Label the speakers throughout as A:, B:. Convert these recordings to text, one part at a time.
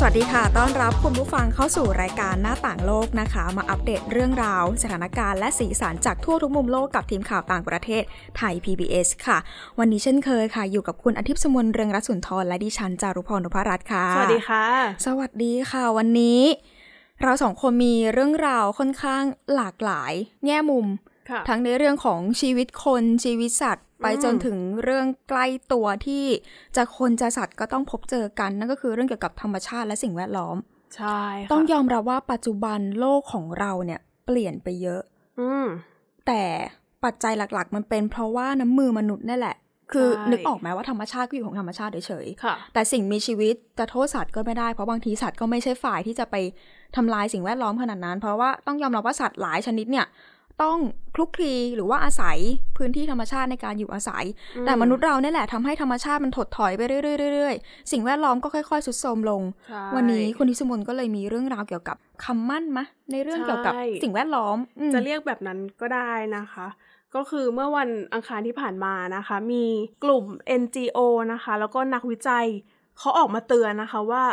A: สวัสดีค่ะ ต้อนรับคุณผู้ฟังเข้าสู่รายการหน้าต่างโลกนะคะ มาอัปเดตเรื่องราว สถานการณ์และสีสันจากทั่วทุกมุมโลกกับทีมข่าวต่างประเทศไทย PBS ค่ะ วันนี้เช่นเคยค่ะ อยู่กับคุณอาทิตย์สมนเรืองรัศนทรและดิฉันจารุพรนพรัตน์ค่ะ
B: สวัสดีค่ะ
A: สวัสดีค่ะ วันนี้ เราสองคนมีเรื่องราวค่อนข้างหลากหลาย แง่มุม
B: ค่ะ
A: ทั้งในเรื่องของชีวิตคนชีวิตสัตว์ ไปจนถึงเรื่องใกล้ตัวที่จะคนจะสัตว์ก็ต้องพบเจอกัน นั่นก็คือเรื่องเกี่ยวกับธรรมชาติและสิ่งแวดล้อม
B: ใช่ค่ะ
A: ต้องยอมรับว่าปัจจุบันโลกของเราเนี่ยเปลี่ยนไปเยอะ
B: อืม
A: แต่ปัจจัยหลักๆ มันเป็นเพราะว่าน้ำมือมนุษย์นั่นแหละ คือ
B: ใช่
A: นึกออกไหมว่าธรรมชาติก็อยู่ของธรรมชาติเฉยๆ
B: ค่ะ
A: แต่สิ่งมีชีวิตจะโทษสัตว์ก็ไม่ได้เพราะบางทีสัตว์ก็ไม่ใช่ฝ่ายที่จะไปทำลายสิ่งแวดล้อมขนาดนั้น เพราะว่าต้องยอมรับว่าสัตว์หลายชนิดเนี่ยต้องคลุกคลีหรือว่าอาศัยพื้นที่ธรรมชาติในการอยู่อาศัย
B: อืม
A: แต่มนุษย์เราเนี่ยแหละทำให้ธรรมชาติมันถดถอยไปเรื่อยๆๆๆสิ่งแวดล้อมก็ค่อยๆสุดโทรมลง
B: ใช่
A: วันนี้คุณทิสมนก็เลยมีเรื่องราวเกี่ยวกับคำมั่นมะในเรื่องเกี่ยวกับ
B: ใช่
A: สิ่งแวดล้อมอืม
B: จะเรียกแบบนั้นก็ได้นะคะ ก็คือเมื่อวันอังคารที่ผ่านมานะคะ มีกลุ่ม NGO นะคะ แล้วก็นักวิจัยเขาออกมาเตือนนะคะว่า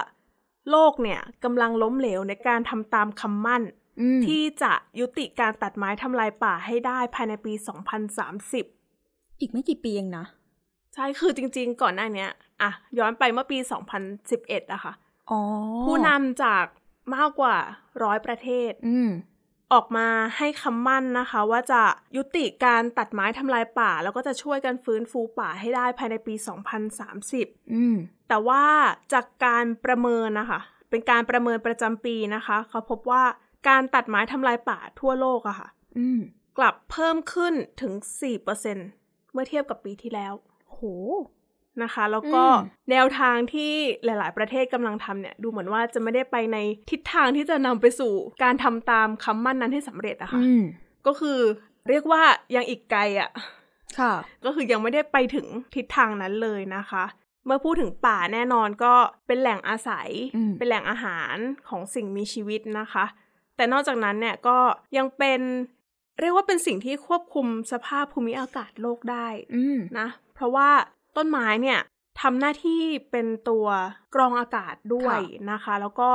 B: โลกเนี่ยกำลังล้มเหลวในการทำตามคำมั่น
A: อืม
B: ที่จะยุติการตัดไม้ทำลายป่าให้ได้ภายในปี 2030
A: อีกไม่กี่ปีเองนะ
B: ใช่ คือจริงๆ ก่อนหน้าเนี้ยอ่ะ ย้อนไปเมื่อปี 2011อะค่ะ
A: อ๋อ
B: ผู้นำจากมากกว่าร้อยประเทศ
A: อืม
B: ออกมาให้คำมั่นนะคะ ว่าจะยุติการตัดไม้ทำลายป่า แล้วก็จะช่วยกันฟื้นฟูป่าให้ได้ภายในปี 2030
A: อืม
B: แต่ว่าจากการประเมินนะคะ เป็นการประเมินประจำปีนะคะเขาพบว่าการตัดไม้ทำลายป่าทั่วโลกอะค่ะ
A: อืม
B: กลับเพิ่มขึ้นถึง 4%เมื่อเทียบกับปีที่แล้ว
A: โห
B: นะคะแล้วก็
A: อืม
B: แนวทางที่หลาย ๆ ประเทศกำลังทำเนี่ยดูเหมือนว่าจะไม่ได้ไปในทิศทางที่จะนำไปสู่การทำตามคำมั่นนั้นให้สำเร็จอะค่ะ
A: อืม
B: ก็คือเรียกว่ายังอีกไกลอะ
A: ค่ะ
B: ก็คือยังไม่ได้ไปถึงทิศทางนั้นเลยนะคะ เมื่อพูดถึงป่าแน่นอนก็เป็นแหล่งอาศัย
A: อืม
B: เป็นแหล่งอาหารของสิ่งมีชีวิตนะคะ แต่นอกจากนั้นเนี่ยก็ยังเป็นเรียกว่าเป็นสิ่งที่ควบคุมสภาพภูมิอากาศโลกได้
A: อืม
B: นะเพราะว่าต้นไม้เนี่ยทำหน้าที่เป็นตัวกรองอากาศด้วยนะคะ แล้วก็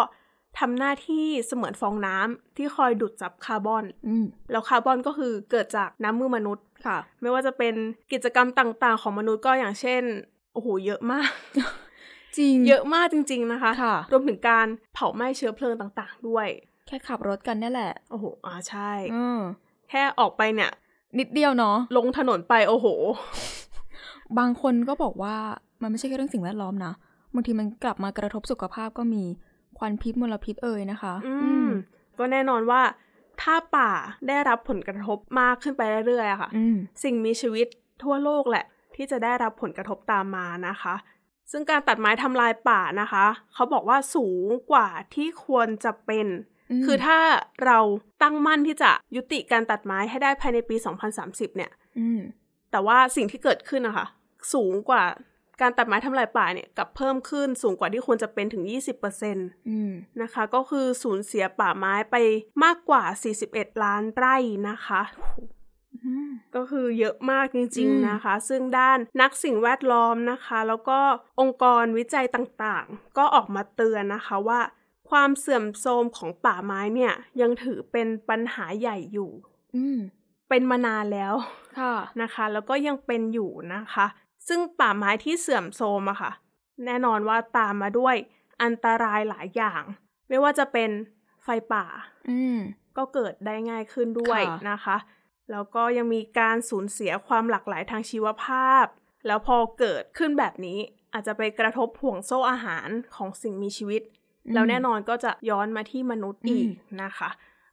B: ทำหน้าที่เสมือนฟองน้ำที่คอยดูดซับคาร์บอน
A: อืม
B: แล้วคาร์บอนก็คือเกิดจากน้ำมือมนุษย์
A: ค่ะ
B: ไม่ว่าจะเป็นกิจกรรมต่างๆ ของมนุษย์ก็อย่างเช่นโอ้โหเยอะมาก
A: จริง
B: เยอะมากจริง ๆนะคะ
A: ค่ะ
B: รวมถึงการเผาไหม้เชื้อเพลิงต่างๆ ด้วย
A: แค่ขับรถกันเนี่ยแหละ
B: โอ้โหอ่าใช่
A: อืม
B: แค่ออกไปเนี่ย
A: นิดเดียวเนาะ
B: ลงถนนไปโอ้โห
A: บางคนก็บอกว่ามันไม่ใช่แค่เรื่องสิ่งแวดล้อมนะ บางทีมันกลับมากระทบสุขภาพก็มี ควันพิษมลพิษเอ่ยนะคะ
B: อืมก็แน่นอนว่า ถ้าป่าได้รับผลกระทบมากขึ้นไปเรื่อยๆอะค่ะ
A: อืม
B: สิ่งมีชีวิตทั่วโลกแหละ ที่จะได้รับผลกระทบตามมานะคะ ซึ่งการตัดไม้ทำลายป่านะคะ เขาบอกว่าสูงกว่าที่ควรจะเป็น
A: ม
B: คือถ้าเราตั้งมั่นที่จะยุติการตัดไม้ให้ได้ภายในปี 2030 เนี่ย
A: อืม
B: แต่ว่าสิ่งที่เกิดขึ้นนะคะ สูงกว่าการตัดไม้ทำลายป่าเนี่ยกลับเพิ่มขึ้นสูงกว่าที่ควรจะเป็นถึง 20%เ
A: อืม
B: นะคะก็คือสูญเสียป่าไม้ไปมากกว่า 41 ล้านไร่นะคะ
A: อืม
B: ก็คือเยอะมากจริง
A: อืม
B: ๆนะคะ ซึ่งด้านนักสิ่งแวดล้อมนะคะ แล้วก็องค์กรวิจัยต่างๆ ก็ออกมาเตือนนะคะว่า ความเสื่อมโทรมของป่าไม้เนี่ย ยังถือเป็นปัญหาใหญ่อยู่
A: อืม
B: เป็นมานานแล้ว
A: ค่ะ
B: นะคะ แล้วก็ยังเป็นอยู่นะคะ ซึ่งป่าไม้ที่เสื่อมโทรมอะค่ะ แน่นอนว่าตามมาด้วยอันตรายหลายอย่าง ไม่ว่าจะเป็นไฟป่า
A: อืม
B: ก็เกิดได้ง่ายขึ้นด้วย
A: ค่ะ
B: นะคะ แล้วก็ยังมีการสูญเสียความหลากหลายทางชีวภาพ แล้วพอเกิดขึ้นแบบนี้ อาจจะไปกระทบห่วงโซ่อาหารของสิ่งมีชีวิต แล้วแน่นอนก็จะย้อนมาที่มนุษย์อีกนะคะ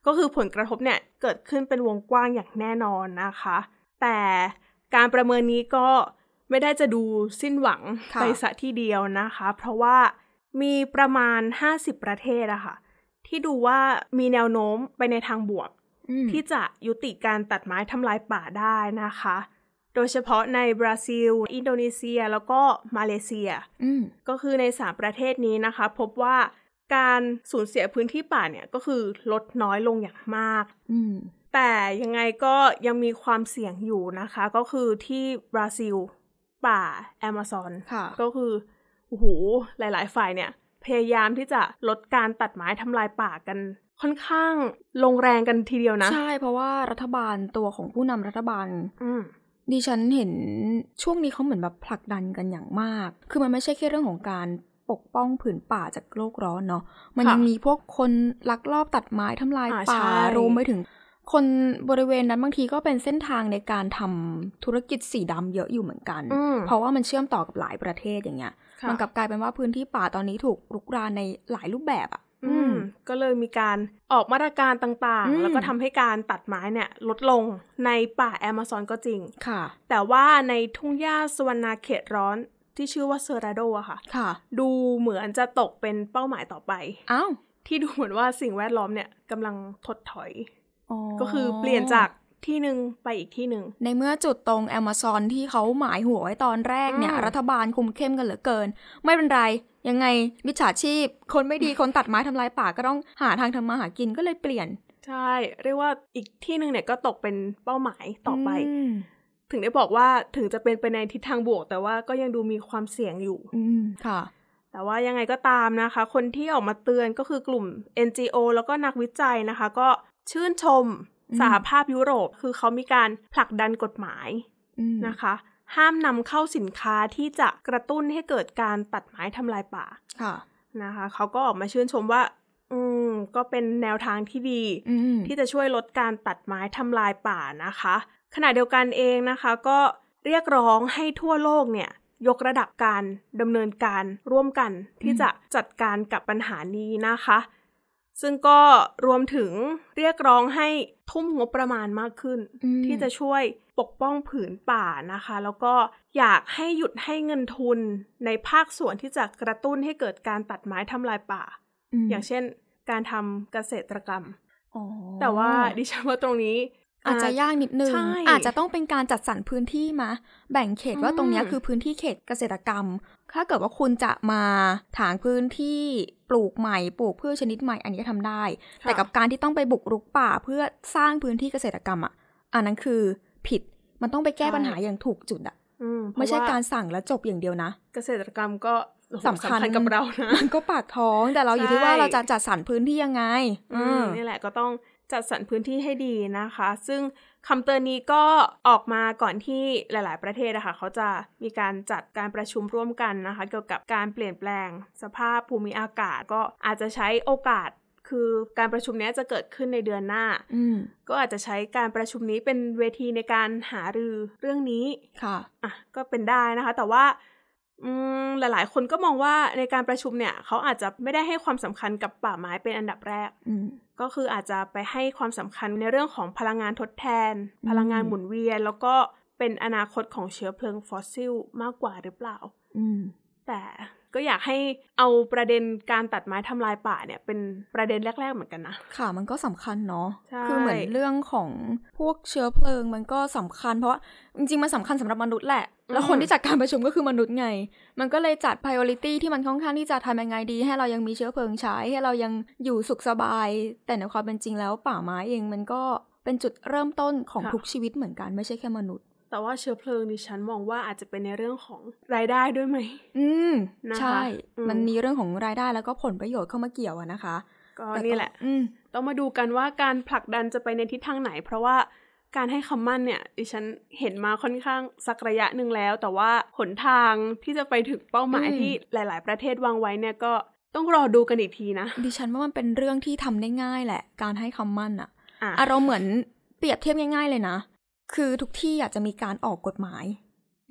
B: ก็คือผลกระทบเนี่ยเกิดขึ้นเป็นวงกว้างอย่างแน่นอนนะคะ แต่การประเมินนี้ก็ไม่ได้จะดูสิ้นหวัง
A: ค่ะ
B: ไปสะที่เดียวนะคะ เพราะว่ามีประมาณ 50 ประเทศอะค่ะ ที่ดูว่ามีแนวโน้มไปในทางบวก
A: อืม
B: ที่จะยุติการตัดไม้ทำลายป่าได้นะคะ โดยเฉพาะในบราซิล อินโดนีเซีย แล้วก็มาเลเซีย
A: อืม
B: ก็คือใน 3 ประเทศนี้นะคะ พบว่าการสูญเสียพื้นที่ป่าเนี่ยก็คือลดน้อยลงอย่างมาก
A: อืม
B: แต่ยังไงก็ยังมีความเสี่ยงอยู่นะคะ ก็คือที่บราซิลป่าแอมะซอน
A: ค่ะ
B: ก็คือโอ้โหหลาย ๆ ฝ่ายเนี่ยพยายามที่จะลดการตัดไม้ทำลายป่ากัน ค่อนข้างลงแรงกันทีเดียวนะ
A: ใช่เพราะว่ารัฐบาลตัวของผู้นำรัฐบาล
B: อืม
A: ดิฉันเห็นช่วงนี้เขาเหมือนแบบผลักดันกันอย่างมาก คือมันไม่ใช่แค่เรื่องของการปกป้องผืนป่าจากโลกร้อนเนาะ มัน
B: ค่ะ
A: ยังมีพวกคนลักลอบตัดไม้ทำลาย
B: อ่า
A: ป่า
B: ใช่
A: รวมไปถึง คนบริเวณนั้นบางทีก็เป็นเส้นทางในการทำธุรกิจสีดำเยอะอยู่เหมือนกัน
B: อืม
A: เพราะว่ามันเชื่อมต่อกับหลายประเทศอย่างเงี้ย
B: ค่ะ
A: มันกลับกลายเป็นว่าพื้นที่ป่าตอนนี้ถูกรุกรานในหลายรูปแบบอะ่ะ
B: อืม ก็เลยมีการออกมาตรการต่าง
A: อืม
B: ๆ แล้วก็ทำให้การตัดไม้เนี่ยลดลงในป่าแอมะซอนก็จริง
A: ค่ะ
B: แต่ว่าในทุ่งหญ้าสวรรณาเขตร้อนที่ชื่อว่าเซอราโดอะค่ะ
A: ค่ะ
B: ดูเหมือนจะตกเป็นเป้าหมายต่อไป
A: อ้าว
B: ที่ดูเหมือนว่าสิ่งแวดล้อมเนี่ยกำลังถดถอย
A: อ๋อ
B: ก็คือเปลี่ยนจากที่หนึ่งไปอีกที่หนึ่ง
A: ในเมื่อจุดตรงแอมซอนที่เขาหมายหัวไว้ตอนแรกเนี่ย
B: อืม
A: รัฐบาลคุมเข้มกันเหลือเกิน ไม่เป็นไร ยังไงมิจฉาชีพ คนไม่ ดีคนตัดไม้ทำลายป่าก็ต้องหาทางทำมาหากินก็เลยเปลี่ยน
B: ใช่ เรียกว่าอีกที่หนึ่งเนี่ยก็ตกเป็นเป้าหมายต่อไป
A: ม
B: ถึงได้บอกว่าถึงจะเป็นไปในทิศทางบวก แต่ว่าก็ยังดูมีความเสี่ยงอยู่
A: อืมค่ะ
B: แต่ว่ายังไงก็ตามนะคะ คนที่ออกมาเตือนก็คือกลุ่ม NGO แล้วก็นักวิจัยนะคะ ก็ชื่นชม
A: อืม
B: สหภาพยุโรป คือเขามีการผลักดันกฎหมาย
A: อืม
B: นะคะ ห้ามนำเข้าสินค้าที่จะกระตุ้นให้เกิดการตัดไม้ทำลายป่า
A: ค่ะ
B: นะคะ เขาก็ออกมาชื่นชมว่า อืม ก็เป็นแนวทางที่ดี
A: อืม
B: ที่จะช่วยลดการตัดไม้ทำลายป่านะคะ ขณะเดียวกันเองนะคะ ก็เรียกร้องให้ทั่วโลกเนี่ย ยกระดับการดำเนินการร่วมกันที่จะจัดการกับปัญหานี้นะคะ ซึ่งก็รวมถึงเรียกร้องให้ทุ่มงบประมาณมากขึ้น
A: อืม
B: ที่จะช่วยปกป้องผืนป่านะคะ แล้วก็อยากให้หยุดให้เงินทุนในภาคส่วนที่จะกระตุ้นให้เกิดการตัดไม้ทำลายป่า
A: ม
B: อย่างเช่น การทำเกษตรกรรม
A: อ๋อ
B: แต่ว่าดิฉันว่าตรงนี้
A: อาจจะยากนิดนึง
B: ใช่
A: อาจจะต้องเป็นการจัดสรรพื้นที่มาแบ่งเขตว่า
B: อืม
A: ตรงเนี้ยคือพื้นที่เขตเกษตรกรรม ถ้าเกิดว่าคุณจะมาถางพื้นที่ปลูกใหม่ปลูกพืชชนิดใหม่อันนี้ทำได้ แต่กับการที่ต้องไปบุกรุกป่าเพื่อสร้างพื้นที่เกษตรกรรมอ่ะ อันนั้นคือผิด มันต้องไปแก้
B: ใช่
A: ปัญหาอย่างถูกจุดอ่ะ
B: อื
A: ไม่ใช่
B: เพะว่
A: การสั่งแล้วจบอย่างเดียวนะ
B: เกษตรกรรมก็โอ้โห
A: สำคัญ
B: กับเรานะ
A: มันก็ปากท้องแต่เราอยู่ที่ว่า
B: ใช่
A: เราจะจัดสรรพื้นที่ยังไง
B: อืมนี่แหละก็ต้องจัดสรรพื้นที่ให้ดีนะคะ ซึ่งคำเตือนนี้ก็ออกมาก่อนที่หลาย ๆ ประเทศนะคะเขาจะมีการจัดการประชุมร่วมกันนะคะ เกี่ยวกับการเปลี่ยนแปลง สภาพภูมิอากาศก็อาจจะใช้โอกาส คือการประชุมเนี้ยจะเกิดขึ้นในเดือนหน้า
A: อืม
B: ก็อาจจะใช้การประชุมนี้เป็นเวทีในการหารือเรื่องนี้
A: ค่ะ
B: อ่ะก็เป็นได้นะคะ แต่ว่าอืมหลาย ๆ คนก็มองว่าในการประชุมเนี่ย เขาอาจจะไม่ได้ให้ความสำคัญกับป่าไม้เป็นอันดับแรก
A: อืม
B: ก็คืออาจจะไปให้ความสำคัญในเรื่องของพลังงานทดแทน
A: อืม
B: พลังงานหมุนเวียน แล้วก็เป็นอนาคตของเชื้อเพลิงฟอสซิลมากกว่าหรือเปล่า
A: อืม
B: แต่ก็อยากให้เอาประเด็นการตัดไม้ทำลายป่าเนี่ย เป็นประเด็นแรก ๆ เหมือนกันนะ
A: ค่ะมันก็สำคัญเนาะ
B: ใช่
A: คือเหมือนเรื่องของพวกเชื้อเพลิงมันก็สำคัญ เพราะว่าจริงๆมันสำคัญสำหรับมนุษย์แหละ แล้วคนที่จัดการประชุมก็คือมนุษย์ไง มันก็เลยจัด priority ที่มันค่อนข้างที่จะทำยังไงดี ให้เรายังมีเชื้อเพลิงใช้ให้เรายังอยู่สุขสบาย แต่ในความเป็นจริงแล้วป่าไม้เองมันก็เป็นจุดเริ่มต้นของ
B: ค่ะ
A: ทุกชีวิตเหมือนกันไม่ใช่แค่มนุษย์
B: แต่ว่าเชื้อเพลิงดิฉันมองว่าอาจจะเป็นในเรื่องของรายได้ด้วยไหม
A: อืม
B: นะคะ
A: ใช่
B: อืม
A: มันมีเรื่องของรายได้แล้วก็ผลประโยชน์เข้ามาเกี่ยวอะนะคะ
B: ก็
A: ต่
B: นี่แหละ
A: อืม
B: ต้องมาดูกันว่าการผลักดันจะไปในทิศทางไหน เพราะว่าการให้คำมั่นเนี่ย ดิฉันเห็นมาค่อนข้างสักระยะหนึ่งแล้ว แต่ว่าหนทางที่จะไปถึงเป้าหมาย
A: อืม
B: ที่หลาย ๆ ประเทศวางไว้เนี่ยก็ต้องรอดูกันอีกทีนะ
A: ดิฉันว่ามันเป็นเรื่องที่ทำได้ง่ายแหละ การให้คำมั่นอะ
B: อ่ะ
A: อารมณ์เหมือนเปรียบเทียบง่ายๆเลยนะ คือทุกที่อยากจะมีการออกกฎหมาย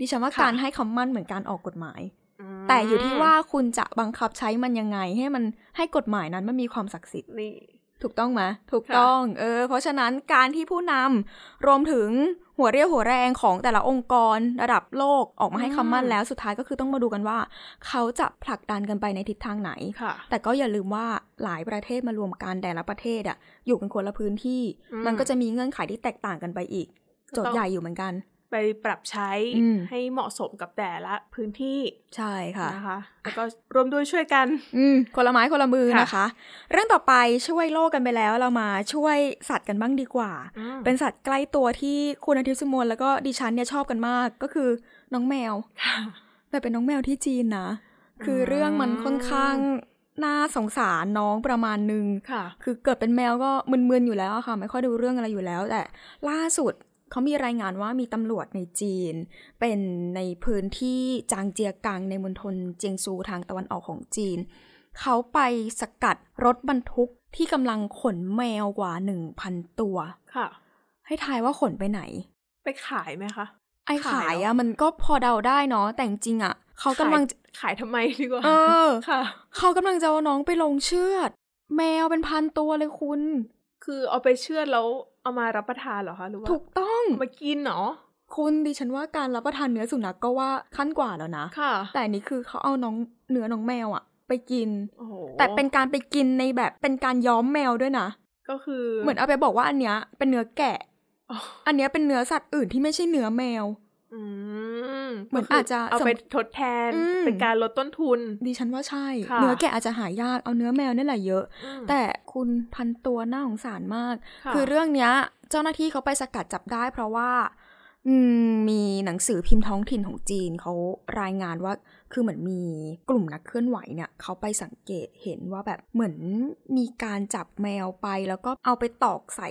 A: ดิฉันว่าการให้คำมั่นเหมือนการออกกฎหมาย
B: ม
A: แต่อยู่ที่ว่าคุณจะบังคับใช้มันยังไง ให้มันให้กฎหมายนั้นมันมีความศักดิ์สิทธิ์
B: นี่
A: ถูกต้องไหมถูก
B: ค่ะ
A: ต้อง เออ เพราะฉะนั้นการที่ผู้นำรวมถึงหัวเรี่ยวหัวแรงของแต่ละองค์กรระดับโลกออกมาให้คำมั่นแล้วสุดท้ายก็คือต้องมาดูกันว่า เขาจะผลักดันกันไปในทิศทางไหน
B: ค่ะ
A: แต่ก็อย่าลืมว่าหลายประเทศมารวมกันแต่ละประเทศอะอยู่กันคนละพื้นที่
B: อืม
A: มันก็จะมีเงื่อนไขที่แตกต่างกันไปอีก
B: ก็
A: โจ
B: ต้อง
A: ทย์ใหญ่อยู่เหมือนกัน
B: ไปปรับใช้
A: อืม
B: ให้เหมาะสมกับแต่ละพื้นที่
A: ใช่ค่ะ
B: นะคะแล้วก็ร่วมด้วยช่วยกัน
A: อืมคนละไม้คนละมือ
B: ค่ะ
A: นะคะ เรื่องต่อไปช่วยโลกกันไปแล้วเรามาช่วยสัตว์กันบ้างดีกว่า
B: เป็
A: เป็น นสัตว์ใกล้ตัวที่คุณอาทิตย์สมวลแล้วก็ดิฉันเนี่ยชอบกันมากก็คือน้องแมว แต่เป็นน้องแมวที่จีนนะ คืออ
B: ม
A: เรื่องมันค่อนข้างน่าสงสารน้องประมาณนึง
B: ค่ะ
A: คือเกิดเป็นแมวก็มึนๆอยู่แล้วอะค่ะ ไม่ค่อยดูเรื่องอะไรอยู่แล้ว แต่ล่าสุดเขามีรายงานว่ามีตำรวจในจีน เป็นในพื้นที่จางเจียกังในมณฑลเจียงซูทางตะวันออกของจีน เขาไปสกัดรถบรรทุกที่กำลังขนแมวกว่า 1,000 ตัว
B: ค่ะ
A: ให้ทายว่าขนไปไหน
B: ไปขายไหมคะ
A: ไอ้
B: ขา
A: ขาย ย
B: เหรอ
A: อะมันก็พอเดาได้เนาะแต่จริงๆอะเขากำลังจะ
B: ขายขายทำไมดีกว่า
A: เออ
B: ค่ะ
A: เขากำลังจะเอาน้องไปลงเชือด แมวเป็นพันตัวเลยคุณ
B: คือเอาไปเชือดแล้วเอามารับประทานเหรอคะหรือว่า
A: ถูกต้อง
B: มากินเนาะ
A: คุณดิฉันว่าการรับประทานเนื้อสุนัขกก็ว่าขั้นกว่าแล้วนะ
B: ค่ะ
A: แต่อันนี้คือเขาเอาน้องเนื้อน้องแมวอะไปกิน
B: โอ้โห
A: แต่เป็นการไปกินในแบบเป็นการย้อมแมวด้วยนะ
B: ก็คือ
A: เหมือนเอาไปบอกว่าอันเนี้ยเป็นเนื้อแกะ
B: อ๋อ
A: อันเนี้ยเป็นเนื้อสัตว์อื่นที่ไม่ใช่เนื้อแมว
B: อืม
A: เหมือ
B: ก็คื
A: นาจจะ
B: เอา
A: สม
B: ไปทดแทน
A: อืม
B: เป็นการลดต้นทุน
A: ดิฉันว่าใช่
B: ค่ะ
A: เนื้อแกะอาจจะหายากเอาเนื้อแมวนี่แหละเยอะ แต่คุณพันตัวน่าสงสารมาก
B: ะ
A: คือเรื่องเนี้ยเจ้าหน้าที่เขาไปสกัดจับได้เพราะว่า อืมมีหนังสือพิมพ์ท้องถิ่นของจีนเขารายงานว่าคือเหมือนมีกลุ่มนักเคลื่อนไหวเนี่ยเขาไปสังเกตเห็นว่าแบบเหมือนมีการจับแมวไปแล้วก็เอาไปตอกใส่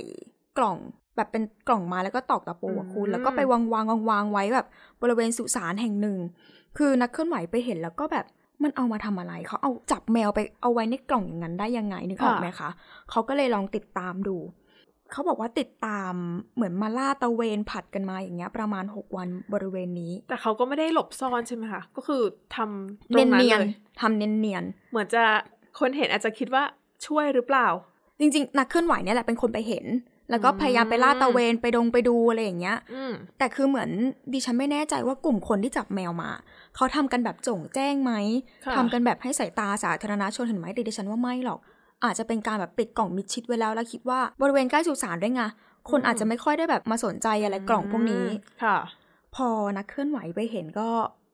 A: กล่อง แบบเป็นกล่องไมาแล้วก็ตอกตะปูอะคุณ
B: อืม
A: แล้วก็ไปวางวางวางวางๆไว้แบบบริเวณสุสานแห่งหนึ่ง คือนักเคลื่อนไหวไปเห็นแล้วก็แบบมันเอามาทำอะไรเขาเอาจับแมวไปเอาไว้ในกล่องอย่างนั้นได้ยังไงนึกออกไหมคะเขาก็เลยลองติดตามดู เขาบอกว่าติดตามเหมือนมาล่าตะเวนผัดกันมาอย่างเงี้ยประมาณ 6 วันบริเวณนี้
B: แต่เขาก็ไม่ได้หลบซ่อนใช่ไหมคะ ก็คือทำตร
A: เนีย
B: ง
A: น
B: นั้น
A: เนียน
B: เลย
A: ๆทำเนียนเนียน
B: เหมือนจะคนเห็นอาจจะคิดว่าช่วยหรือเปล่า
A: ๆจริงๆ นักเคลื่อนไหวเนี่ยแหละเป็นคนไปเห็น แล้วก็
B: อืม
A: พยายามไปล่าตะเวนไปดงไปดูอะไรอย่างเงี้ย
B: อืม
A: แต่คือเหมือนดิฉันไม่แน่ใจว่ากลุ่มคนที่จับแมวมาเขาทำกันแบบโจงแจ้งไหม
B: ค่ะ
A: ทำกันแบบให้สายตาสาธารณชนเห็นไหมแต่ดิฉันว่าไม่หรอก อาจจะเป็นการแบบปิดกล่องมิดชิดไว้แล้วแล้วคิดว่าบริเวณใกล้สุสานด้วยไงคนอาจจะไม่ค่อยได้แบบมาสนใจอะไรกล่องพวกนี้
B: ค่ะ
A: พอนักเคลื่อนไหวไปเห็นก็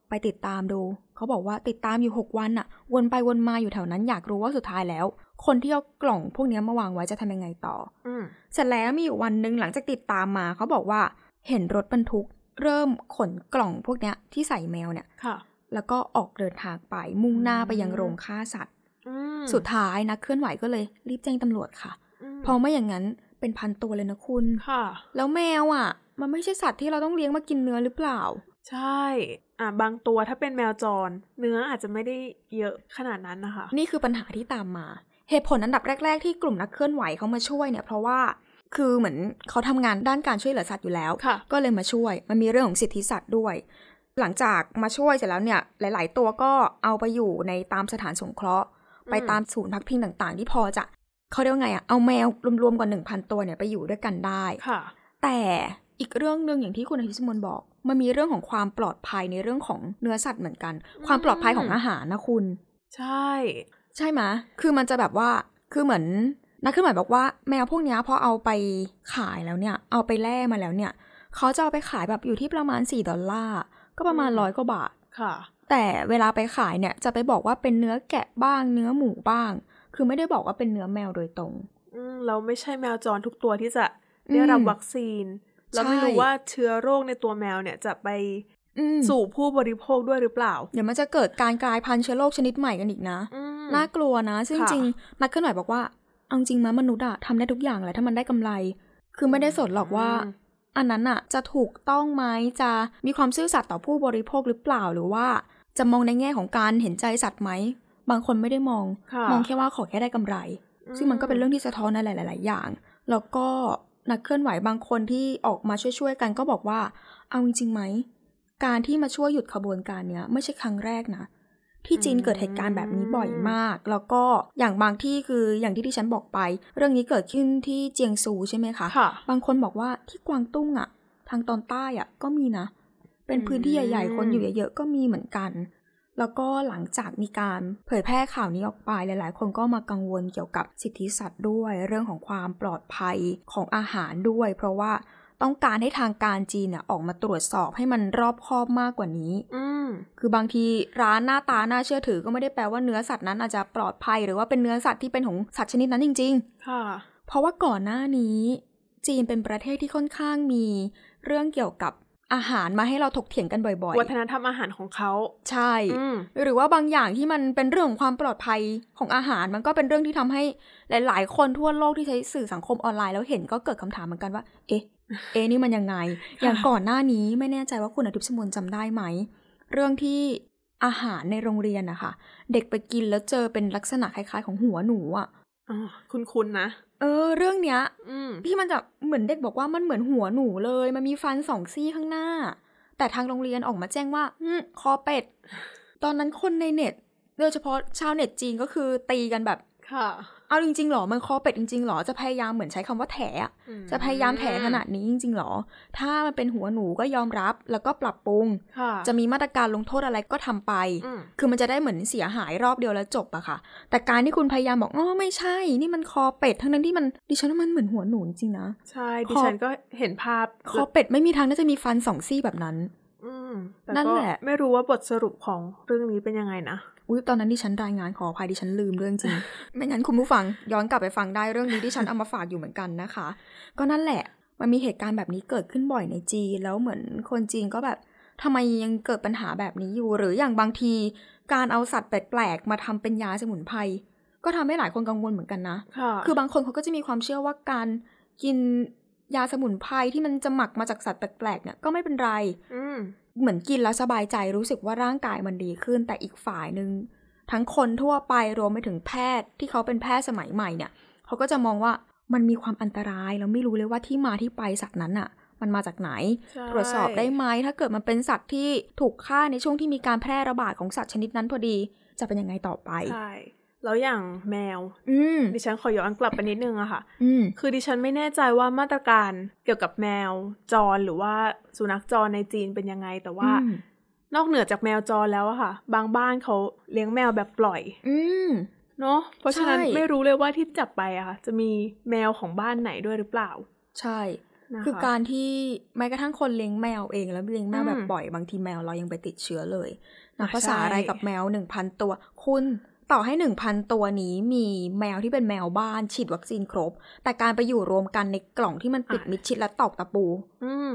A: ไปติดตามดู เขาบอกว่าติดตามอยู่ 6 วันน่ะ วนไปวนมาอยู่แถวนั้นอยากรู้ว่าสุดท้ายแล้ว คนที่เอากล่องพวกเนี้ยมาวางไว้จะทำยังไงต่อ
B: อืม
A: เสร็จแล้วมีอยู่วันหนึ่งหลังจากติดตามมาเขาบอกว่าเห็นรถบรรทุก เริ่มขนกล่องพวกเนี้ยที่ใส่แมวเนี่ย
B: ค่ะ
A: แล้วก็ออกเดินทางไปมุ่งหน้าไปยัง
B: อืม
A: โรงฆ่าสัตว์
B: อืม
A: สุดท้ายนักเคลื่อนไหวก็เลยรีบแจ้งตำรวจค่ะ
B: ม
A: เพอไม่อย่างนั้นเป็นพันตัวเลยนะคุณ
B: ค่ะ
A: แล้วแมวอ่ะ มันไม่ใช่สัตว์ที่เราต้องเลี้ยงมากินเนื้อหรือเปล่า
B: ใช่ อ่าบางตัวถ้าเป็นแมวจร เนื้ออาจจะไม่ได้เยอะขนาดนั้นนะคะ
A: นี่คือปัญหาที่ตามมา เหตุผลอันดับแรก ๆ ที่กลุ่มนักเคลื่อนไหวเขามาช่วยเนี่ยเพราะว่าคือเหมือนเขาทำงานด้านการช่วยเหลือสัตว์อยู่แล้ว
B: ค่ะ
A: ก็เลยมาช่วย มันมีเรื่องของสิทธิสัตว์ด้วย หลังจากมาช่วยเสร็จแล้วเนี่ย หลาย ๆ ตัวก็เอาไปอยู่ในตามสถานสงเคราะห์ ไปตามศูนย์พักพิงต่างๆ ที่พอจะเขาเรียกว่าไงอะเอาแมวรวมๆกว่า 1,000 ตัวเนี่ยไปอยู่ด้วยกันได้
B: ค่ะ
A: แต่อีกเรื่องหนึ่งอย่างที่คุณอาทิตย์สมนบอก มันมีเรื่องของความปลอดภัยในเรื่องของเนื้อสัตว์เหมือนกัน ความปลอดภัยของอาหารนะคุณ
B: ใช่
A: ใช่ไหมะ คือมันจะแบบว่า คือเหมือนนักเคลื่อนไหวบอกว่าแมวพวกเนี้ยพอเอาไปขายแล้วเนี่ย เอาไปแล่มาแล้วเนี่ย เขาจะเอาไปขายแบบอยู่ที่ประมาณ 4 ดอลลาร์ ก็ประมาณ
B: อืม
A: ร้อยกว่าบาท
B: ค่ะ
A: แต่เวลาไปขายเนี่ยจะไปบอกว่าเป็นเนื้อแกะบ้าง เนื้อหมูบ้าง คือไม่ได้บอกว่าเป็นเนื้อแมวโดยตรง
B: อืมเราไม่ใช่แมวจรทุกตัวที่จะได้รับ
A: อืม
B: วัคซีน เราไม่
A: ใช่
B: รู้ว่าเชื้อโรคในตัวแมวเนี่ยจะไป
A: อืม
B: สู่ผู้บริโภคด้วยหรือเปล่า
A: เดี๋ยวมันจะเกิดการกลายพันธุ์เชื้อโรคชนิดใหม่กันอีกนะ
B: อืม
A: น่ากลัวนะ ซึ่ง
B: ค่ะ
A: จริงนักเคลื่อนไหวบอกว่าเอาจริงมะมนุษย์อะทำได้ทุกอย่างแหละถ้ามันได้กำไร คือไม่ได้สนหรอกว่า อันนั้นอะจะถูกต้องไหมจะมีความซื่อสัตย์ต่อผู้บริโภคหรือเปล่าหรือว่า จะมองในแง่ของการเห็นใจสัตว์ไหม บางคนไม่ได้มอง
B: ค่ะ
A: มองแค่ว่าขอแค่ได้กำไร ซึ่งมันก็เป็นเรื่องที่สะท้อนในหลาย ๆ อย่าง แล้วก็นักเคลื่อนไหวบางคนที่ออกมาช่วยๆกันก็บอกว่า เอาจริงๆไหม การที่มาช่วยหยุดขบวนการเนี้ยไม่ใช่ครั้งแรกนะ ที่จีนเกิดเหตุการณ์แบบนี้บ่อยมาก แล้วก็อย่างบางที่คืออย่างที่ที่ฉันบอกไป เรื่องนี้เกิดขึ้นที่เจียงซูใช่ไหมคะ
B: ค่ะ
A: บางคนบอกว่าที่กวางตุ้งอะทางตอนใต้อะก็มีนะ เป็น
B: อืม
A: พื้นที่ใหญ่ๆ คนอยู่เยอะๆ ก็มีเหมือนกัน แล้วก็หลังจากมีการเผยแพร่ข่าวนี้ออกไปหลายๆ คนก็มากังวลเกี่ยวกับสิทธิสัตว์ด้วย เรื่องของความปลอดภัยของอาหารด้วย เพราะว่า ต้องการให้ทางการจีนน่ะออกมาตรวจสอบให้มันรอบคอบมากกว่านี้
B: อืม
A: คือบางทีร้านหน้าตาน่าเชื่อถือก็ไม่ได้แปลว่าเนื้อสัตว์นั้นอาจจะปลอดภัย หรือว่าเป็นเนื้อสัตว์ที่เป็นของสัตว์ชนิดนั้นจริง
B: ค่ะ
A: ๆ เพราะว่าก่อนหน้านี้ จีนเป็นประเทศที่ค่อนข้างมีเรื่องเกี่ยวกับอาหารมาให้เราถกเถียงกันบ่อย
B: วัฒนธรรมอาหารของเขา
A: ๆ ใช่
B: อืม
A: หรือว่าบางอย่างที่มันเป็นเรื่องของความปลอดภัยของอาหารมันก็เป็นเรื่องที่ทำให้หลาย ๆ คนทั่วโลกที่ใช้สื่อสังคมออนไลน์แล้วเห็นก็เกิดคำถามเหมือนกันว่า เอ๊ะ เอ๊ะนี่มัน ยังไง อย่างก่อนหน้านี้ไม่แน่ใจว่าคุณอาทิตย์สมุนจำได้ไหม เรื่องที่อาหารในโรงเรียนนะคะเด็กไปกินแล้วเจอเป็นลักษณะคล้ายๆ ของหัวหนูอะ
B: อ๋อคุณคุณนะ
A: เออ เรื่องเนี้ย
B: อืม
A: ที่มันจะเหมือนเด็กบอกว่ามันเหมือนหัวหนูเลย มันมีฟันสองซี่ข้างหน้า แต่ทางโรงเรียนออกมาแจ้งว่าอมคอเป็ด ตอนนั้นคนในเน็ตโดยเฉพาะชาวเน็ตจีนก็คือตีกันแบบ
B: ค่ะ
A: เอาจริงๆหรอ มันคอเป็ดจริงๆหรอ จะพยายามเหมือนใช้คำว่าแถอะ
B: อื
A: จะพยายามแถขนาดนี้จริงๆหรอ ถ้ามันเป็นหัวหนูก็ยอมรับแล้วก็ปรับปรุง
B: ค่ะ
A: จะมีมาตรการลงโทษอะไรก็ทำไป
B: อืม
A: คือมันจะได้เหมือนเสียหายรอบเดียวแล้วจบอะค่ะ แต่การที่คุณพยายามบอกอ๋อไม่ใช่ นี่มันคอเป็ดทั้งนั้นที่มันดิฉันว่ามันเหมือนหัวหนูจริงๆนะ
B: ใช่ ดิฉันก็เห็นภาพ
A: คอเป็ดไม่มีทางน่าจะมีฟันสองซี่แบบนั้น
B: อืมแต่
A: นั่น
B: ก็
A: แหละ
B: ไม่รู้ว่าบทสรุปของเรื่องนี้เป็นยังไงนะ
A: อุ้ยตอนนั้นที่ฉันรายงานขออภัยที่ฉันลืมเรื่องจริง ไม่งั้นคุณผู้ฟังย้อนกลับไปฟังได้เรื่องนี้ที่ฉันเอามาฝากอยู่เหมือนกันนะคะ ก็นั่นแหละ มันมีเหตุการณ์แบบนี้เกิดขึ้นบ่อยในจีนแล้วเหมือนคนจีนก็แบบทำไมยังเกิดปัญหาแบบนี้อยู่ หรืออย่างบางที การเอาสัตว์แปลกๆมาทำเป็นยาสมุนไพรก็ทำให้หลายคนกังวลเหมือนกันนะ
B: ค่ะ
A: คือบางคนเขาก็จะมีความเชื่อว่าการกินยาสมุนไพรที่มันจะหมักมาจากสัตว์แปลกๆเนี่ยก็ไม่เป็นไร
B: อืม
A: เหมือนกินแล้วสบายใจรู้สึกว่าร่างกายมันดีขึ้น แต่อีกฝ่ายหนึ่งทั้งคนทั่วไปรวมไปถึงแพทย์ที่เขาเป็นแพทย์สมัยใหม่เนี่ยเขาก็จะมองว่ามันมีความอันตรายแล้วไม่รู้เลยว่าที่มาที่ไปสัตว์นั้นอะมันมาจากไหน
B: ใช่
A: ตรวจสอบได้ไหมถ้าเกิดมันเป็นสัตว์ที่ถูกฆ่าในช่วงที่มีการแพร่ระบาดของสัตว์ชนิดนั้นพอดี จะเป็นยังไงต่อไป
B: ใช่ แล้วอย่างแมว
A: อืม
B: ดิฉันขอย้อนกลับไปนิดนึงอะค่ะ
A: อืม
B: คือดิฉันไม่แน่ใจว่ามาตรการเกี่ยวกับแมวจรหรือว่าสุนัขจรในจีนเป็นยังไง แต่ว่า
A: อืม
B: นอกเหนือจากแมวจรแล้วอะค่ะ บางบ้านเขาเลี้ยงแมวแบบปล่อย
A: อืม
B: เนาะเพราะฉะนั้น
A: ใช่
B: ไม่รู้เลยว่าที่จับไปอะค่ะ จะมีแมวของบ้านไหนด้วยหรือเปล่า
A: ใช่
B: นะะ
A: คือการที่แม้กระทั่งคนเลี้ยงแมวเองแล้วเลี้ยงแมว
B: อืม
A: แบบปล่อยบางทีแมวเรายังไปติดเชื้อเลยนะ
B: อ่ะ
A: ภาษาอะไร
B: ใช่
A: กับแมวหนึ่งพันตัว คุณต่อให้หนึ่งพันตัวนี้มีแมวที่เป็นแมวบ้านฉีดวัคซีนครบ แต่การไปอยู่รวมกันในกล่องที่มันปิดมิดชิดและตอกตะปู
B: อืม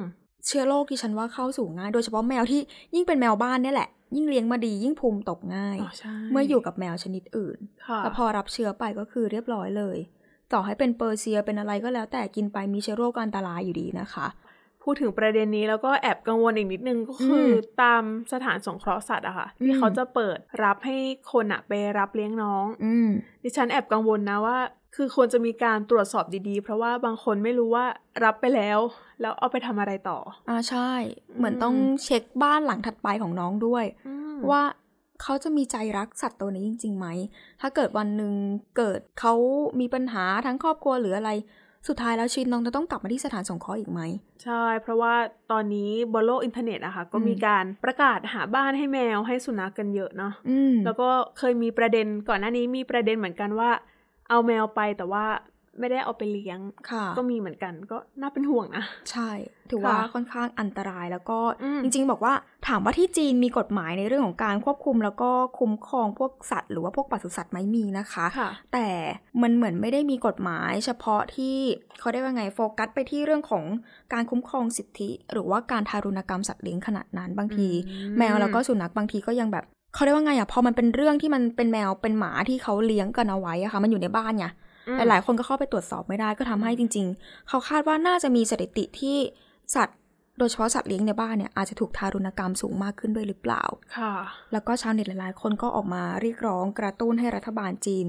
A: เชื้อโรคที่ฉันว่าเข้าสู่ง่าย โดยเฉพาะแมวที่ยิ่งเป็นแมวบ้านเนี่ยแหละ ยิ่งเลี้ยงมาดียิ่งภูมิตกง่าย
B: อ๋อใช่
A: เมื่ออยู่กับแมวชนิดอื่น
B: ค่ะ
A: แล้วพอรับเชื้อไปก็คือเรียบร้อยเลย ต่อให้เป็นเปอร์เซียเป็นอะไรก็แล้ว แต่กินไปมีเชื้อโรคก็อันตรายอยู่ดีนะคะ
B: พูดถึงประเด็นนี้แล้วก็แอบกังวลอีกนิดนึงก็คืออ
A: ม
B: ตามสถานสงเคราะห์สัตว์อะค่ะ
A: อื
B: ที่
A: ม
B: เขาจะเปิดรับให้คนอะไปรับเลี้ยงน้อง
A: อืม
B: ดิฉันแอบกังวลนะว่า คือควรจะมีการตรวจสอบดีๆ เพราะว่าบางคนไม่รู้ว่ารับไปแล้ว แล้วเอาไปทำอะไรต่อ
A: อ่าใช่ เหมือน
B: อืม
A: ต้องเช็คบ้านหลังถัดไปของน้องด้วย
B: อว่า
A: ว่าเขาจะมีใจรักสัตว์ตัวนี้จริงๆไหม ถ้าเกิดวันหนึ่งเกิดเขามีปัญหาทั้งครอบครัวหรืออะไร สุดท้ายแล้วชีวิตน้องจะต้องกลับมาที่สถานสงเคราะห์อีกไหม
B: ใช่ เพราะว่าตอนนี้บนโลกอินเทอร์เน็ตนะคะก็
A: อืม
B: มีการประกาศหาบ้านให้แมวให้สุนัขกกันเยอะเนาะ
A: อืม
B: แล้วก็เคยมีประเด็นก่อนหน้านี้มีประเด็นเหมือนกันว่า เอาแมวไปแต่ว่าไม่ได้เอาไปเลี้ยง
A: ค่ะ
B: ก็มีเหมือนกันก็น่าเป็นห่วงนะ
A: ใช่ ถือว่า
B: ค่ะ
A: ค่อนข้างอันตรายแล้วก็
B: อืม
A: จริงๆ บอกว่าถามว่าที่จีนมีกฎหมายในเรื่องของการควบคุมแล้วก็คุ้มครองพวกสัตว์หรือว่าพวกปศุสัตว์ไหมมีนะคะ
B: ค่ะ
A: แต่มันเหมือนไม่ได้มีกฎหมายเฉพาะที่เขาได้ว่าไงโฟกัสไปที่เรื่องของการคุ้มครองสิทธิ หรือว่าการทารุณกรรมสัตว์เลี้ยงขนาดนั้นบางที
B: อืม
A: แมวแล้วก็สุนัขบางทีก็ยังแบบเขาได้ว่าไงอะพอมันเป็นเรื่องที่มันเป็นแมวเป็นหมาที่เขาเลี้ยงกันเอาไว้อะค่ะมันอยู่ในบ้านไงหลายๆคนก็เข้าไปตรวจสอบไม่ได้ก็ทำให้จริง ๆ เขาคาดว่าน่าจะมีสถิติที่สัตว์ โดยเฉพาะสัตว์เลี้ยงในบ้านเนี่ยอาจจะถูกทารุณกรรมสูงมากขึ้นด้วยหรือเปล่า
B: ค่ะ
A: แล้วก็ชาวเน็ตหลายๆ คนก็ออกมาเรียกร้องกระตุ้นให้รัฐบาลจีน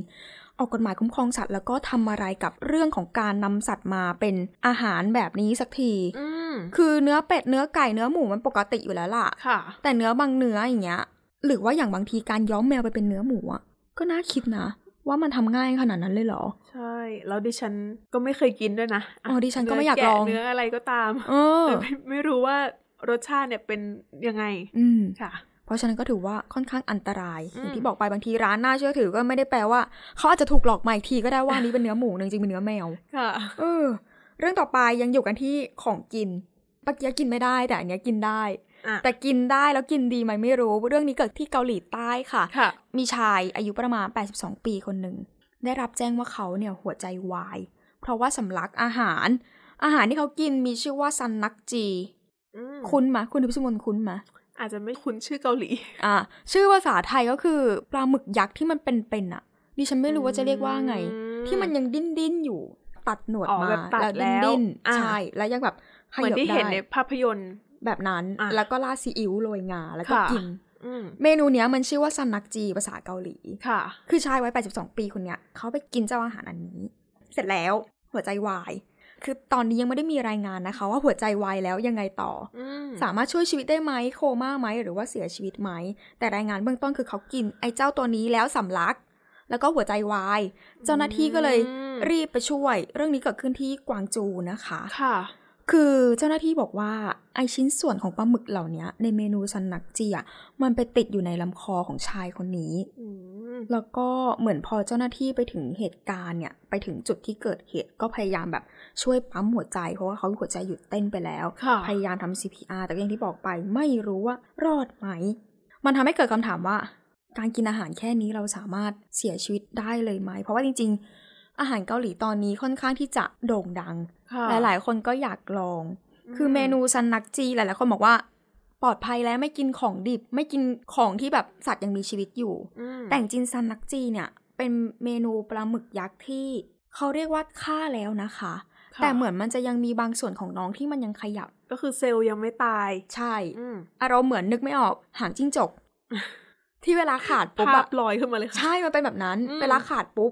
A: ออกกฎหมายคุ้มครองสัตว์แล้วก็ทำอะไรกับเรื่องของการนำสัตว์มาเป็นอาหารแบบนี้สักที
B: อืม
A: คือเนื้อเป็ดเนื้อไก่เนื้อหมูมันปกติอยู่แล้วล่ะ
B: ค่ะ
A: แต่เนื้อบางเนื้ออย่างเงี้ย หรือว่าอย่างบางทีการย้อมแมวไปเป็นเนื้อหมูอะก็น่าคิดนะ ว่ามันทำง่ายขนาดนั้นเลยเหรอ
B: ใช่ แล้วดิฉันก็ไม่เคยกินด้วยนะะ
A: อ๋อดิฉันก็ไม่อยาก
B: เนื้แะ
A: ลอง
B: เนื้ออะไรก็ตาม
A: เออ
B: ไม่ไม่รู้ว่ารสชาติเนี่ยเป็นยังไง
A: อืม
B: ค่ะ
A: เพราะฉะนั้นก็ถือว่าค่อนข้างอันตราย
B: อืม
A: อย่างที่บอกไปบางทีร้านน่าเชื่อถือก็ไม่ได้แปลว่าเขาอาจจะถูกหลอกมาอีกทีก็ได้ว่าอันนี้เป็นเนื้อหมูจริงๆเป็นเนื้อแมว
B: ค่ะ
A: เออ เรื่องต่อไปยังอยู่กันที่ของกินปกี้กินไม่ได้แต่อันเนี้ยกินได้
B: อ่ะ
A: แต่กินได้แล้วกินดีไหมไม่รู้ เรื่องนี้เกิดที่เกาหลีใต้ค่ะ
B: ค่ะ
A: มีชายอายุประมาณ 82 ปีคนหนึ่ง ได้รับแจ้งว่าเขาเนี่ยหัวใจวาย เพราะว่าสำลักอาหาร อาหารที่เขากินมีชื่อว่าซันนักจี
B: อืม
A: คุ้นมะคุณทิพย์สมนคุ้นมะ
B: อาจจะไม่คุ้นชื่อเกาหลี
A: อ่า ชื่อภาษาไทยก็คือปลาหมึกยักษ์ที่มันเป็นๆอะดิฉันไม่รู้ว่าจะเรียกว่าไง
B: อืม
A: ที่มันยังดิ้นดิ้นๆอยู่ ตัดหนวด
B: อ๋อ
A: มา
B: แบบตัด
A: ดิ้น
B: แล้ว
A: ดิ้น
B: อ่า
A: ใช่แล้วยังแบบข
B: เหมือน
A: ยับ
B: ที่
A: ได้
B: เห็นในภาพยนตร์
A: แบบนั้น
B: อ่ะ
A: แล้วก็ราดซีอิ๊วโรยงาแล้วก็
B: ค่ะ
A: กิน
B: อืม
A: เมนูเนี้ยมันชื่อว่าซันนักจีภาษาเกาหลี
B: ค่ะ
A: คือชายวัย 82 ปีคนเนี้ยเขาไปกินเจ้าอาหารอันนี้ เสร็จแล้วหัวใจวาย คือตอนนี้ยังไม่ได้มีรายงานนะคะ ว่าหัวใจวายแล้วยังไงต่อ
B: อืม
A: อสามารถช่วยชีวิตได้ไหมโคม่าไหมหรือว่าเสียชีวิตไหม แต่รายงานเบื้องต้นคือเขากินไอ้เจ้าตัวนี้แล้วสำลัก แล้วก็หัวใจวาย เจ้าหน้าที่ก็เลย
B: อืม
A: รีบไปช่วย เรื่องนี้เกิดขึ้นที่กวางจูนะคะ
B: ค่ะ
A: คือเจ้าหน้าที่บอกว่าไอชิ้นส่วนของปลาหมึกเหล่านี้ในเมนูซันนักจีอ่ะมันไปติดอยู่ในลำคอของชายคนนี้
B: อืม
A: แล้วก็เหมือนพอเจ้าหน้าที่ไปถึงเหตุการณ์เนี่ย ไปถึงจุดที่เกิดเหตุก็พยายามแบบช่วยปั๊มหัวใจเพราะว่าเขาหัวใจหยุดเต้นไปแล้ว
B: ค่ะ
A: พยายามทำ CPR แต่ก็อย่างที่บอกไปไม่รู้ว่ารอดไหม มันทำให้เกิดคำถามว่า การกินอาหารแค่นี้เราสามารถเสียชีวิตได้เลยไหม เพราะว่าจริง ๆ อาหารเกาหลีตอนนี้ค่อนข้างที่จะโด่งดัง
B: ค่ะ
A: หลาย ๆ คนก็อยากลอง คือเมนูซันนักจีหลาย ๆ คนบอกว่า ปลอดภัยแล้วไม่กินของดิบ ไม่กินของที่แบบสัตว์ยังมีชีวิตอยู่
B: อืม
A: แต่งจินซันนักจีเนี่ย เป็นเมนูปลาหมึกยักษ์ที่เขาเรียกว่าฆ่าแล้วนะคะ
B: ค่ะ
A: แต่เหมือนมันจะยังมีบางส่วนของน้องที่มันยังขยับ
B: ก็คือเซลล์ยังไม่ตาย
A: ใช่
B: อืม
A: อารมณ์เหมือนนึกไม่ออกหางจิ้งจก ที่เวลาขาดปุ๊บ
B: ภา
A: แบ
B: พ
A: บ
B: ลอยขึ้นมาเลยค่ะ
A: ใช่มันเป็นแบบนั้น
B: อืม
A: เวลาขาดปุ๊บ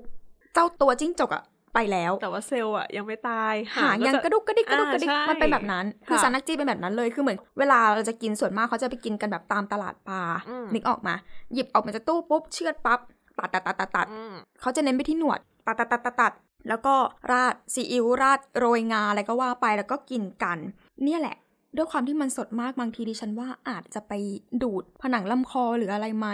A: เจ้าตัวจิ้งจกอะไปแล้ว
B: แต่ว่าเซลล์อ่ะยังไม่ตาย
A: หางยัง
B: จะ
A: กระดุกกระดิกกระดุกกระดิก
B: อ่าใช่
A: มันเป็นแบบนั้น คือ
B: ค่ะ
A: ซันนักจีเป็นแบบนั้นเลยคือเหมือนเวลาเราจะกินส่วนมากเขาจะไปกินกันแบบตามตลาดปลา
B: อืม
A: นึกออกมา หยิบออกมาจากตู้ปุ๊บเชือดปั๊บตัดตัดตัดตัดตัด
B: อืม
A: เขาจะเน้นไปที่หนวดตัดตัดตัดตัดตัดแล้วก็ราดซีอิ๊วราดโรยงาอะไรก็ว่าไปแล้วก็กินกัน เนี่ยแหละ ด้วยความที่มันสดมากบางทีดิฉันว่าอาจจะไปดูดผนังลำคอหรืออะไรไหม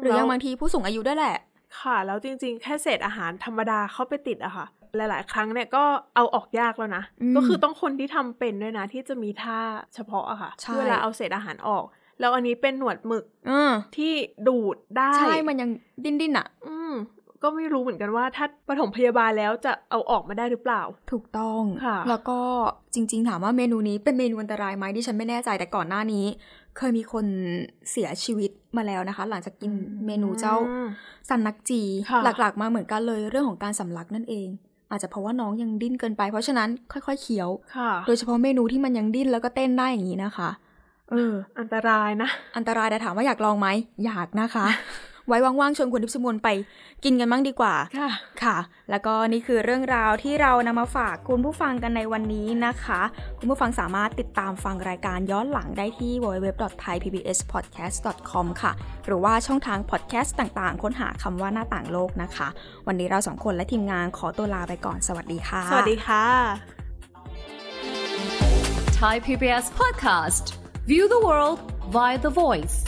A: หรือ
B: แล้
A: ยั
B: ว
A: งบางทีผู้สูงอายุด้วยแหละ
B: ค่ะแล้วจริงๆ แค่เศษอาหารธรรมดาเข้าไปติดอะค่ะ หลายๆ ครั้งเนี่ยก็เอาออกยากแล้วนะ
A: อืม
B: ก็คือต้องคนที่ทำเป็นด้วยนะที่จะมีท่าเฉพาะอะค่ะ
A: ใช่
B: เวลาเอาเศษอาหารออก แล้วอันนี้เป็นหนวดหมึก
A: เออ
B: ที่ดูดได้
A: ใช่มันยังดิ้นดิ้นๆอะ
B: อืมก็ไม่รู้เหมือนกันว่าถ้าปฐมพยาบาลแล้วจะเอาออกมาได้หรือเปล่า
A: ถูกต้อง
B: ค่ะ
A: แล้วก็จริง ๆ ถามว่าเมนูนี้เป็นเมนูอันตรายไหมดิฉันไม่แน่ใจแต่ก่อนหน้านี้ เคยมีคนเสียชีวิตมาแล้วนะคะ หลังจากกินเมนูเจ้า
B: อืม
A: สันนักจี
B: ค่ะ
A: หลักๆ มาเหมือนกันเลยเรื่องของการสำลักนั่นเอง อาจจะเพราะว่าน้องยังดิ้นเกินไป เพราะฉะนั้นค่อยๆเคี้ยว
B: ค่ะ
A: โดยเฉพาะเมนูที่มันยังดิ้นแล้วก็เต้นได้อย่างนี้นะคะ เออ
B: อันตรายนะ
A: อันตรายแต่ถามว่าอยากลองไหมอยากนะคะ ไว้ว่างๆชวนคุณทิพย์สมนไปกินกันบ้างดีกว่า
B: ค่ะ
A: ค่ะ แล้วก็นี่คือเรื่องราวที่เรานำมาฝากคุณผู้ฟังกันในวันนี้นะคะ คุณผู้ฟังสามารถติดตามฟังรายการย้อนหลังได้ที่ www.thaipbspodcast.com ค่ะ หรือว่าช่องทางพอดแคสต์ต่างๆ ค้นหาคำว่าหน้าต่างโลกนะคะ วันนี้เราสองคนและทีมงานขอตัวลาไปก่อน สวัสดีค่ะ
B: สวัสดีค่ะ
C: Thai PBS podcast. View the world via the voice.